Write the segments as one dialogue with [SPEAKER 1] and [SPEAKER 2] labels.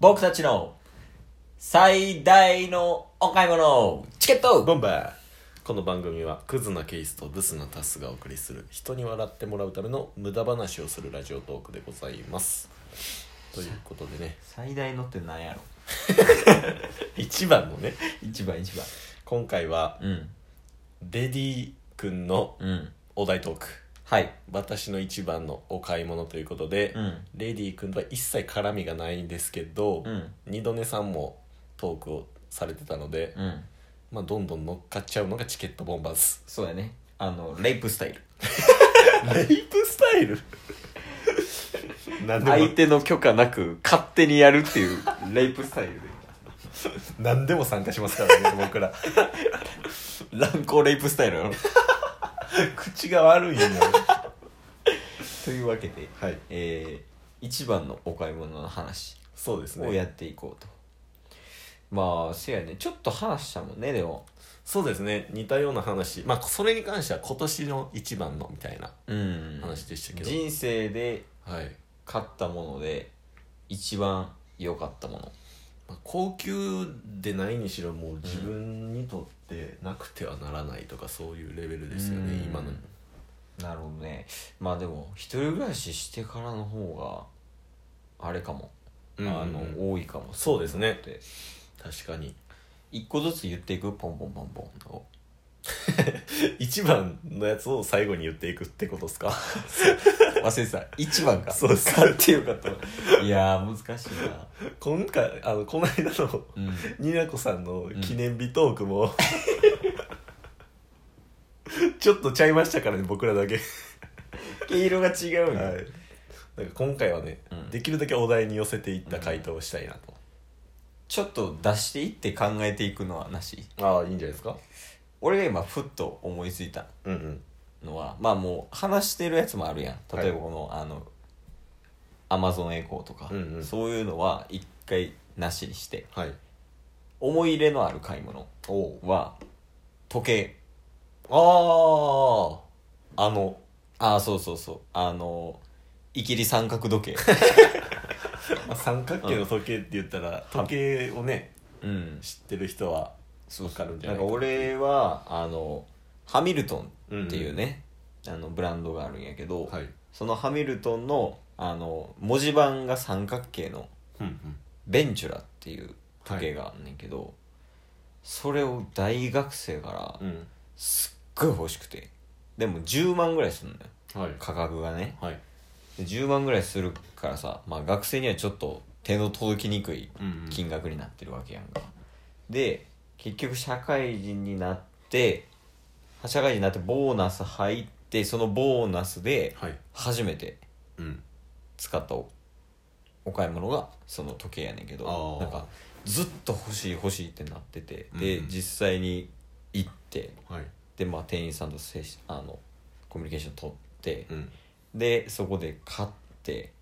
[SPEAKER 1] 僕たちの最大のお買い物チケット
[SPEAKER 2] ボンバーこの番組はクズなケースとブスなタスがお送りする人に笑ってもらうための無駄話をするラジオトークでございますということでね
[SPEAKER 1] 最大のって何やろ
[SPEAKER 2] 一番のね
[SPEAKER 1] 一番一番
[SPEAKER 2] 今回は
[SPEAKER 1] うん
[SPEAKER 2] レディー君の
[SPEAKER 1] うん
[SPEAKER 2] お題トーク
[SPEAKER 1] はい
[SPEAKER 2] 私の一番のお買い物ということで、
[SPEAKER 1] うん
[SPEAKER 2] レディー君とは一切絡みがないんですけど、
[SPEAKER 1] うん
[SPEAKER 2] 二度寝さんもトークをされてたので、
[SPEAKER 1] うん
[SPEAKER 2] まあ、どんどん乗っかっちゃうのがチケットボンバーズ
[SPEAKER 1] そうやねあのレイプスタイル
[SPEAKER 2] レイプスタイル何でも
[SPEAKER 1] 相手の許可なく勝手にやるって いうレイプスタイルで
[SPEAKER 2] 何でも参加しますか らね僕ら
[SPEAKER 1] 乱行レイプスタイルやろ
[SPEAKER 2] 口が悪いよ
[SPEAKER 1] というわけで
[SPEAKER 2] はい
[SPEAKER 1] えー、一番のお買い物の話
[SPEAKER 2] そうです
[SPEAKER 1] をやっ
[SPEAKER 2] ね
[SPEAKER 1] ていこうと、まあせやねちょっと話したもんねでも
[SPEAKER 2] そうですね似たような話まあそれに関しては今年の一番のみたいな
[SPEAKER 1] うん
[SPEAKER 2] 話でしたけど、
[SPEAKER 1] 人生で
[SPEAKER 2] はい、
[SPEAKER 1] 買ったもので一番良かったもの
[SPEAKER 2] まあ、高級でないにしろもう自分にとってなくてはならないとかそういうレベルですよね、
[SPEAKER 1] うん
[SPEAKER 2] 今の
[SPEAKER 1] なるほどねまあでも一人暮らししてからの方があれかも、
[SPEAKER 2] うん
[SPEAKER 1] あの多いかも
[SPEAKER 2] そうですね
[SPEAKER 1] で
[SPEAKER 2] 確かに
[SPEAKER 1] 一個ずつ言っていくポンポンポンポンと
[SPEAKER 2] 一番のやつを最後に言っていくってことです か
[SPEAKER 1] 忘れてた一番か
[SPEAKER 2] そう です
[SPEAKER 1] 買ってよかったいやー難しいな
[SPEAKER 2] 今回あのこの間 の
[SPEAKER 1] うん
[SPEAKER 2] になこさんの記念日トークも、 ちょっとちゃいましたからね僕らだけ、
[SPEAKER 1] 毛色が違う
[SPEAKER 2] はい
[SPEAKER 1] んや、
[SPEAKER 2] なんか今回はね、
[SPEAKER 1] うん
[SPEAKER 2] できるだけお題に寄せていった回答をしたいなと、
[SPEAKER 1] ちょっと出していって考えていくのはなし
[SPEAKER 2] ああいいんじゃないですか
[SPEAKER 1] 俺が今ふっと思いついた
[SPEAKER 2] うんうん
[SPEAKER 1] のはまあもう話してるやつもあるやん例えばこの、あのアマゾンエコーとか、
[SPEAKER 2] うんうん
[SPEAKER 1] そういうのは一回なしにして
[SPEAKER 2] はい
[SPEAKER 1] 思い入れのある買い物
[SPEAKER 2] おお
[SPEAKER 1] は時計
[SPEAKER 2] あああの
[SPEAKER 1] ああそうそうそうあのいきり三角 時計
[SPEAKER 2] まあ三角形の時計って言ったら、
[SPEAKER 1] うん
[SPEAKER 2] 時計をね
[SPEAKER 1] うん
[SPEAKER 2] 知ってる人は
[SPEAKER 1] そう
[SPEAKER 2] わかるんじゃ
[SPEAKER 1] な
[SPEAKER 2] なんい
[SPEAKER 1] か
[SPEAKER 2] か
[SPEAKER 1] 俺はあのハミルトンっていうね、あのブランドがあるんやけど、
[SPEAKER 2] はい
[SPEAKER 1] そのハミルトンのあの文字盤が三角形の
[SPEAKER 2] うんうん
[SPEAKER 1] ベンチュラっていう時計があんねんけど、それを大学生から
[SPEAKER 2] うん
[SPEAKER 1] すっごい欲しくてでも10万ぐらいするのよ
[SPEAKER 2] はい
[SPEAKER 1] 価格がね
[SPEAKER 2] はい
[SPEAKER 1] で10万ぐらいするからさ、まあ、学生にはちょっと手の届きにくい
[SPEAKER 2] うんうん
[SPEAKER 1] 金額になってるわけやんか、で結局社会人になって社会人になってボーナス入ってそのボーナスで
[SPEAKER 2] はい
[SPEAKER 1] 初めて
[SPEAKER 2] うん
[SPEAKER 1] 使ったおお買い物がその時計やねんけど
[SPEAKER 2] あー
[SPEAKER 1] なんかずっと欲しい欲しいってなっててで、
[SPEAKER 2] うん
[SPEAKER 1] 実際に行って
[SPEAKER 2] はい
[SPEAKER 1] で、まあ、店員さんと接しあのコミュニケーション取って
[SPEAKER 2] う、ん
[SPEAKER 1] でそこで買って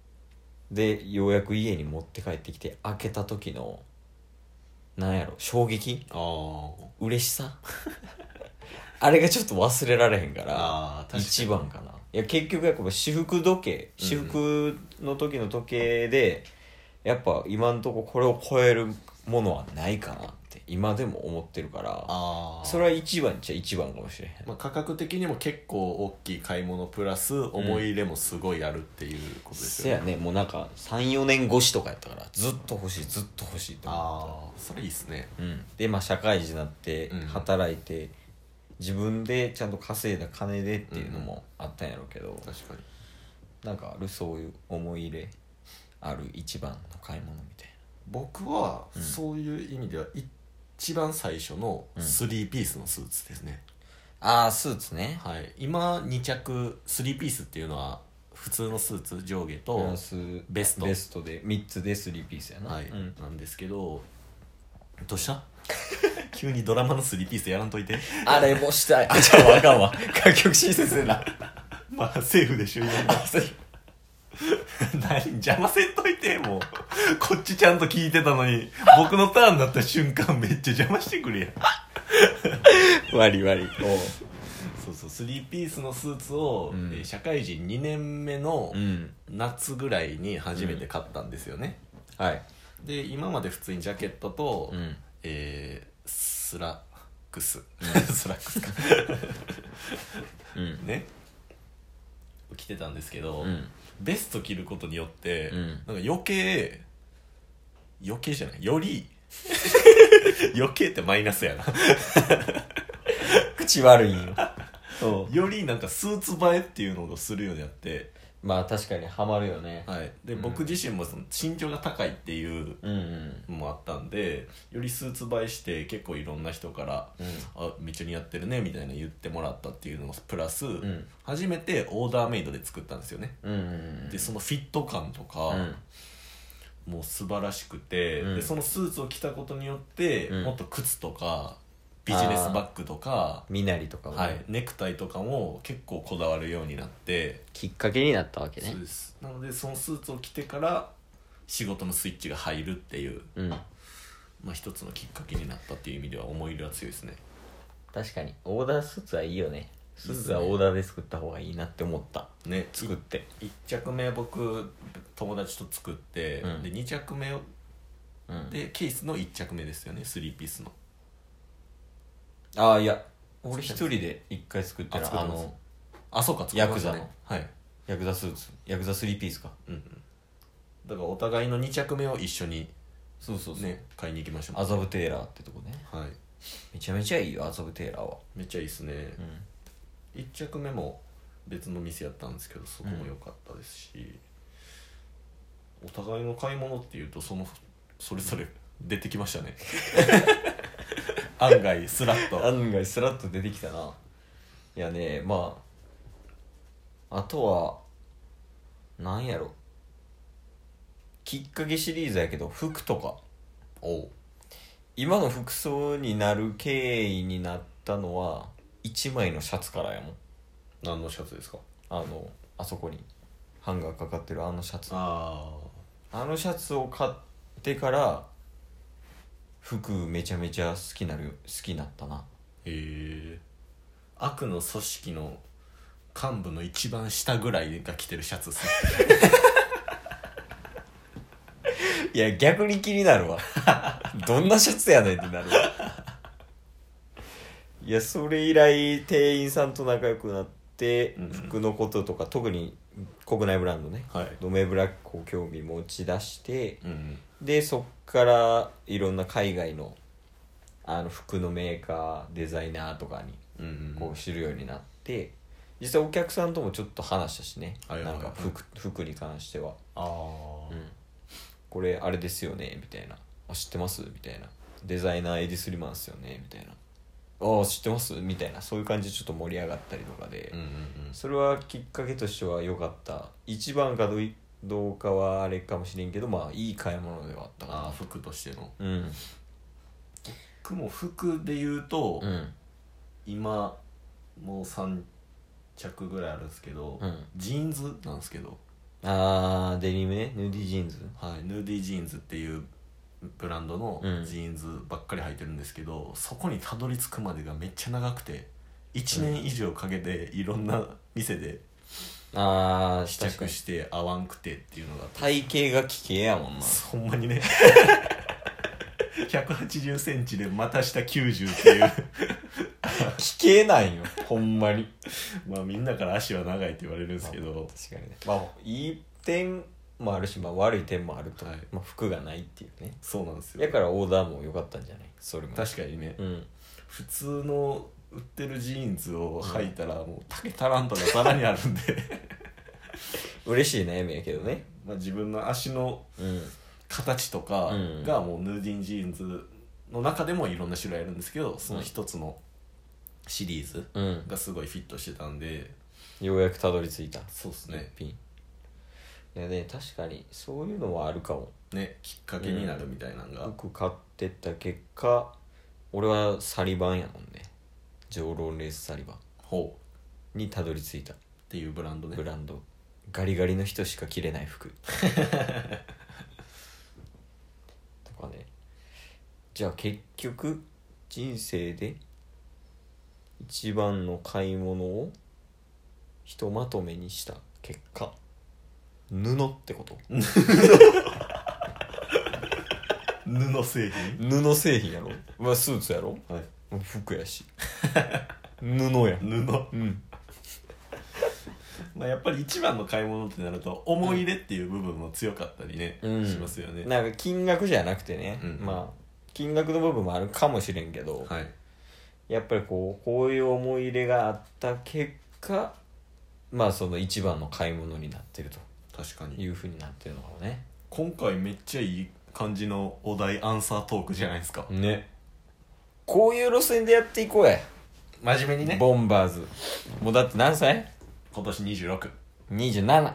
[SPEAKER 1] でようやく家に持って帰ってきて開けた時のなんやろ衝撃
[SPEAKER 2] あー
[SPEAKER 1] 嬉しさ あれがちょっと忘れられへんから
[SPEAKER 2] あー確かに
[SPEAKER 1] 一番かないや結局やっぱ私服時計私服の時の時計で、やっぱ今んとここれを超えるものはないかなって今でも思ってるから
[SPEAKER 2] ああ
[SPEAKER 1] それは一番っちゃ一番かもしれへん
[SPEAKER 2] まあ、価格的にも結構大きい買い物プラス思い入れもすごいあるっていうことです
[SPEAKER 1] せ
[SPEAKER 2] よ
[SPEAKER 1] や
[SPEAKER 2] ね、
[SPEAKER 1] ねもうなんか34年越しとかやったからずっと欲しいずっと欲しいって思
[SPEAKER 2] ああそれいいっすね
[SPEAKER 1] ってた、うん、でまあ社会人になって
[SPEAKER 2] うん
[SPEAKER 1] 働いて、自分でちゃんと稼いだ金でっていうのもあったんやろうけど、
[SPEAKER 2] 確かに
[SPEAKER 1] なんかあるそういう思い入れある一番の買い物みたい
[SPEAKER 2] 僕は
[SPEAKER 1] うん
[SPEAKER 2] そういう意味では一番最初の
[SPEAKER 1] うん
[SPEAKER 2] 3ピースのスーツですね、
[SPEAKER 1] なああスーツね
[SPEAKER 2] はい今2着3ピースっていうのは普通のスーツ上下
[SPEAKER 1] プラ
[SPEAKER 2] と、
[SPEAKER 1] ス
[SPEAKER 2] ベスト
[SPEAKER 1] ベストで3つで3ピースやな、
[SPEAKER 2] はい
[SPEAKER 1] うん
[SPEAKER 2] なんですけどどうした 急にドラマの3ピースやらんといて
[SPEAKER 1] あれもしたいあじゃあわかんわ楽曲親切でな
[SPEAKER 2] まあセーフでしょ今の何邪魔せんといてもうこっちちゃんと聞いてたのに僕のターンだった瞬間めっちゃ邪魔してくるやん
[SPEAKER 1] 割り割り
[SPEAKER 2] そうそう3ピースのスーツを、
[SPEAKER 1] うん
[SPEAKER 2] えー社会人2年目の
[SPEAKER 1] うん
[SPEAKER 2] 夏ぐらいに初めて買ったんですよね、
[SPEAKER 1] はい
[SPEAKER 2] で今まで普通にジャケットと、
[SPEAKER 1] うん
[SPEAKER 2] えースラックス、 スラックスか
[SPEAKER 1] うん
[SPEAKER 2] ね着てたんですけど、
[SPEAKER 1] うん
[SPEAKER 2] ベスト着ることによって、
[SPEAKER 1] うん
[SPEAKER 2] なんか余計余計じゃないより 余計ってマイナスやな
[SPEAKER 1] 口悪いんよ
[SPEAKER 2] よりなんかスーツ映えっていうのをするようになって、
[SPEAKER 1] まあ確かにハマるよね、
[SPEAKER 2] はい、で
[SPEAKER 1] うん
[SPEAKER 2] 僕自身もその身長が高いっていう
[SPEAKER 1] うんうん
[SPEAKER 2] のもあったんでよりスーツ映えして結構いろんな人から
[SPEAKER 1] うん
[SPEAKER 2] 「あめっちゃ似合ってるね」みたいな言ってもらったっていうのもプラス、
[SPEAKER 1] ん
[SPEAKER 2] 初めてオーダーメイドで作ったんですよね。
[SPEAKER 1] うんうん
[SPEAKER 2] でそのフィット感とか、
[SPEAKER 1] うん
[SPEAKER 2] もう素晴らしくて、
[SPEAKER 1] うん
[SPEAKER 2] でそのスーツを着たことによって、
[SPEAKER 1] うん
[SPEAKER 2] もっと靴とかビジネスバッグとか、
[SPEAKER 1] 身なりとかもね、
[SPEAKER 2] はい、ネクタイとかも結構こだわるようになって、
[SPEAKER 1] きっかけになったわけね
[SPEAKER 2] そうですなのでそのスーツを着てから仕事のスイッチが入るっていう、
[SPEAKER 1] うん
[SPEAKER 2] まあ、一つのきっかけになったっていう意味では思い入れは強いですね
[SPEAKER 1] 確かにオーダースーツはいいよねスーツはオーダーで作った方がいいなって思った
[SPEAKER 2] ね
[SPEAKER 1] 作って
[SPEAKER 2] 1着目僕友達と作って、
[SPEAKER 1] うん
[SPEAKER 2] で2着目を
[SPEAKER 1] うん
[SPEAKER 2] でケースの1着目ですよねスリーピースの
[SPEAKER 1] ああいや俺一人で一回作ってる
[SPEAKER 2] あ作っ
[SPEAKER 1] あ
[SPEAKER 2] てます
[SPEAKER 1] の
[SPEAKER 2] あそうか作りましたね
[SPEAKER 1] ヤク
[SPEAKER 2] はい
[SPEAKER 1] ヤクザスーツヤクザスリーピースか
[SPEAKER 2] うんうんだからお互いの2着目を一緒に
[SPEAKER 1] そうそうそう、
[SPEAKER 2] ね買いに行きましょ
[SPEAKER 1] 麻布テーラーってとこね
[SPEAKER 2] うはい
[SPEAKER 1] めちゃめちゃいいよ麻布テーラーは
[SPEAKER 2] めっちゃいいですね
[SPEAKER 1] うん
[SPEAKER 2] 1着目も別の店やったんですけどそこも良かったですし、お互いの買い物っていうとそのそれぞれ出てき ましたね案外スラッと
[SPEAKER 1] 案外スラッと出てきたないやねまああとはなんやろきっかけシリーズやけど服とか
[SPEAKER 2] おう
[SPEAKER 1] 今の服装になる経緯になったのは1枚のシャツからやもん
[SPEAKER 2] 何のシャツですか
[SPEAKER 1] あのあそこにハンガーかかってるあのシャツ
[SPEAKER 2] あ
[SPEAKER 1] あのシャツを買ってから服めちゃめちゃ好きなる好きになったな
[SPEAKER 2] ーへえ悪の組織の幹部の一番下ぐらいが着てるシャツですね
[SPEAKER 1] いや逆に気になるわ どんなシャツやねんってなるわいやそれ以来店員さんと仲良くなって
[SPEAKER 2] うんうん
[SPEAKER 1] 服のこととか特に国内ブランドね
[SPEAKER 2] はい
[SPEAKER 1] ドメブラックを興味持ち出して
[SPEAKER 2] うん
[SPEAKER 1] でそっからいろんな海外のあの服のメーカーデザイナーとかに
[SPEAKER 2] うんうん
[SPEAKER 1] こう知るようになって、実際お客さんともちょっと話したしね、
[SPEAKER 2] はいはいはい
[SPEAKER 1] なんか服服に関しては、う
[SPEAKER 2] ああ
[SPEAKER 1] ん、これあれですよねみたいなあ知ってますみたいなデザイナーエディスリマンっすよねみたいなああ知ってますみたいなそういう感じでちょっと盛り上がったりとかで、
[SPEAKER 2] うんうんうん
[SPEAKER 1] それはきっかけとしては良かった一番かどういどうかはあれかもしれんけどまあいい買い物ではあった
[SPEAKER 2] ああ
[SPEAKER 1] か
[SPEAKER 2] 服としての
[SPEAKER 1] なうん
[SPEAKER 2] 僕も服で言うと、
[SPEAKER 1] うん
[SPEAKER 2] 今もう3着ぐらいあるんですけど、
[SPEAKER 1] うん
[SPEAKER 2] ジーンズなんですけど、
[SPEAKER 1] ああデニムねヌーディジーンズ
[SPEAKER 2] はい、ヌーディージーンズっていうブランドの
[SPEAKER 1] うん
[SPEAKER 2] ジーンズばっかり履いてるんですけど、そこにたどり着くまでがめっちゃ長くて1年以上かけていろんな店で
[SPEAKER 1] ああ
[SPEAKER 2] 試着して合わんくてっていうのがあって
[SPEAKER 1] 体型が奇形やもんな
[SPEAKER 2] ほんま にね1 8 0ンチで股下90っていう
[SPEAKER 1] 奇形なん よほんまに
[SPEAKER 2] まあみんなから足は長いって言われるんですけど、
[SPEAKER 1] 確かにねまあいい点もあるし、まあ、悪い点もあると、
[SPEAKER 2] はい
[SPEAKER 1] まあ、服がないっていうね
[SPEAKER 2] そうなんですよ
[SPEAKER 1] だからオーダーも良かったんじゃないそれも
[SPEAKER 2] 確かにね、
[SPEAKER 1] うん
[SPEAKER 2] 普通の売ってるジーンズを履いたらもう丈足らんとかさらにあるん で
[SPEAKER 1] 嬉しい悩みやけどね
[SPEAKER 2] まあ自分の足の
[SPEAKER 1] うん
[SPEAKER 2] 形とか
[SPEAKER 1] うん
[SPEAKER 2] がもうヌーディンジーンズの中でもいろんな種類あるんですけどその一つのシリーズ
[SPEAKER 1] うん
[SPEAKER 2] がすごいフィットしてたんで
[SPEAKER 1] ようやくたどり着いた
[SPEAKER 2] そうですね
[SPEAKER 1] ピンいやね確かにそういうのはあるかも
[SPEAKER 2] ねきっかけになるみたいなのが、
[SPEAKER 1] 服買ってった結果俺はサリバンやもんね上ロンレースサリバン
[SPEAKER 2] ほう
[SPEAKER 1] にたどり着いた
[SPEAKER 2] っていうブランドね
[SPEAKER 1] ブランドガリガリの人しか着れない 服とかねじゃあ結局人生で一番の買い物をひとまとめにした結果布ってこと
[SPEAKER 2] 製品
[SPEAKER 1] 布製品やろ、まあ、スーツやろ
[SPEAKER 2] はい
[SPEAKER 1] 服やし布や
[SPEAKER 2] 布
[SPEAKER 1] うん
[SPEAKER 2] まあやっぱり一番の買い物ってなると思い入れっていう部分も強かったりね、
[SPEAKER 1] うん
[SPEAKER 2] しますよね
[SPEAKER 1] なんか金額じゃなくてね、
[SPEAKER 2] うん
[SPEAKER 1] まあ金額の部分もあるかもしれんけど、
[SPEAKER 2] はい
[SPEAKER 1] やっぱりこうこういう思い入れがあった結果まあその一番の買い物になってる
[SPEAKER 2] 確か
[SPEAKER 1] と
[SPEAKER 2] に
[SPEAKER 1] いうふうになってるのかもね
[SPEAKER 2] 今回めっちゃいい感じのお題アンサートークじゃないですか、
[SPEAKER 1] ねこういう路線でやっていこうや、
[SPEAKER 2] 真面目にね
[SPEAKER 1] ボンバーズもうだって何歳
[SPEAKER 2] 今年26
[SPEAKER 1] ?27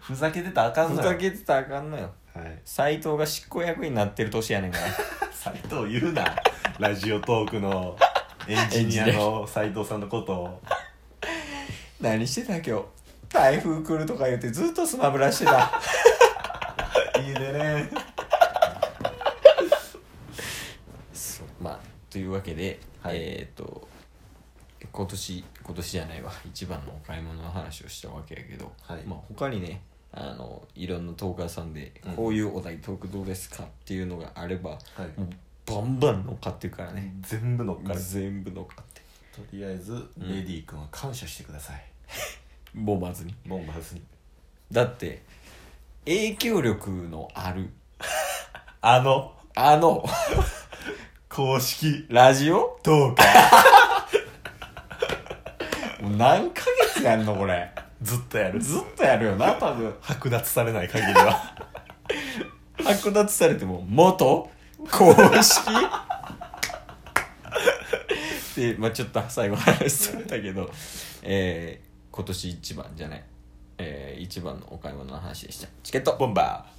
[SPEAKER 2] ふざけてたらあかん
[SPEAKER 1] ふ
[SPEAKER 2] の
[SPEAKER 1] ざ
[SPEAKER 2] よ
[SPEAKER 1] けてたらあかんのよ
[SPEAKER 2] はい
[SPEAKER 1] 斎藤が執行役員になってる年やねんから
[SPEAKER 2] 斎藤言うなラジオトークのエンジニアの斎藤さんのことを
[SPEAKER 1] 何してた今日台風来るとか言ってずっとスマブラして た
[SPEAKER 2] いいでね
[SPEAKER 1] そうまあというわけで、
[SPEAKER 2] はい
[SPEAKER 1] えーっと今年今年じゃないわ一番のお買い物の話をしたわけやけど、
[SPEAKER 2] はい
[SPEAKER 1] まあ、他にねあのいろんなトーカーさんで
[SPEAKER 2] うん
[SPEAKER 1] こういうお題トークどうですかっていうのがあれば、
[SPEAKER 2] はい
[SPEAKER 1] もうバンバン乗っかってるからね、
[SPEAKER 2] 全部乗っかる
[SPEAKER 1] 全部乗っかって
[SPEAKER 2] とりあえずレディー君は感謝してください、
[SPEAKER 1] ボンバーズに
[SPEAKER 2] ボンバーズに
[SPEAKER 1] だって影響力のある
[SPEAKER 2] あの
[SPEAKER 1] あの
[SPEAKER 2] 公式
[SPEAKER 1] ラジオ
[SPEAKER 2] トーク
[SPEAKER 1] もう何ヶ月やんのこれ
[SPEAKER 2] ずっとやる
[SPEAKER 1] ずっとやるよな多分
[SPEAKER 2] 剥奪されない限りは
[SPEAKER 1] 剥奪されても元公式で、まあ、ちょっと最後話しとったけど、えー今年一番じゃない、えー一番のお買い物の話でしたチケット
[SPEAKER 2] ボンバー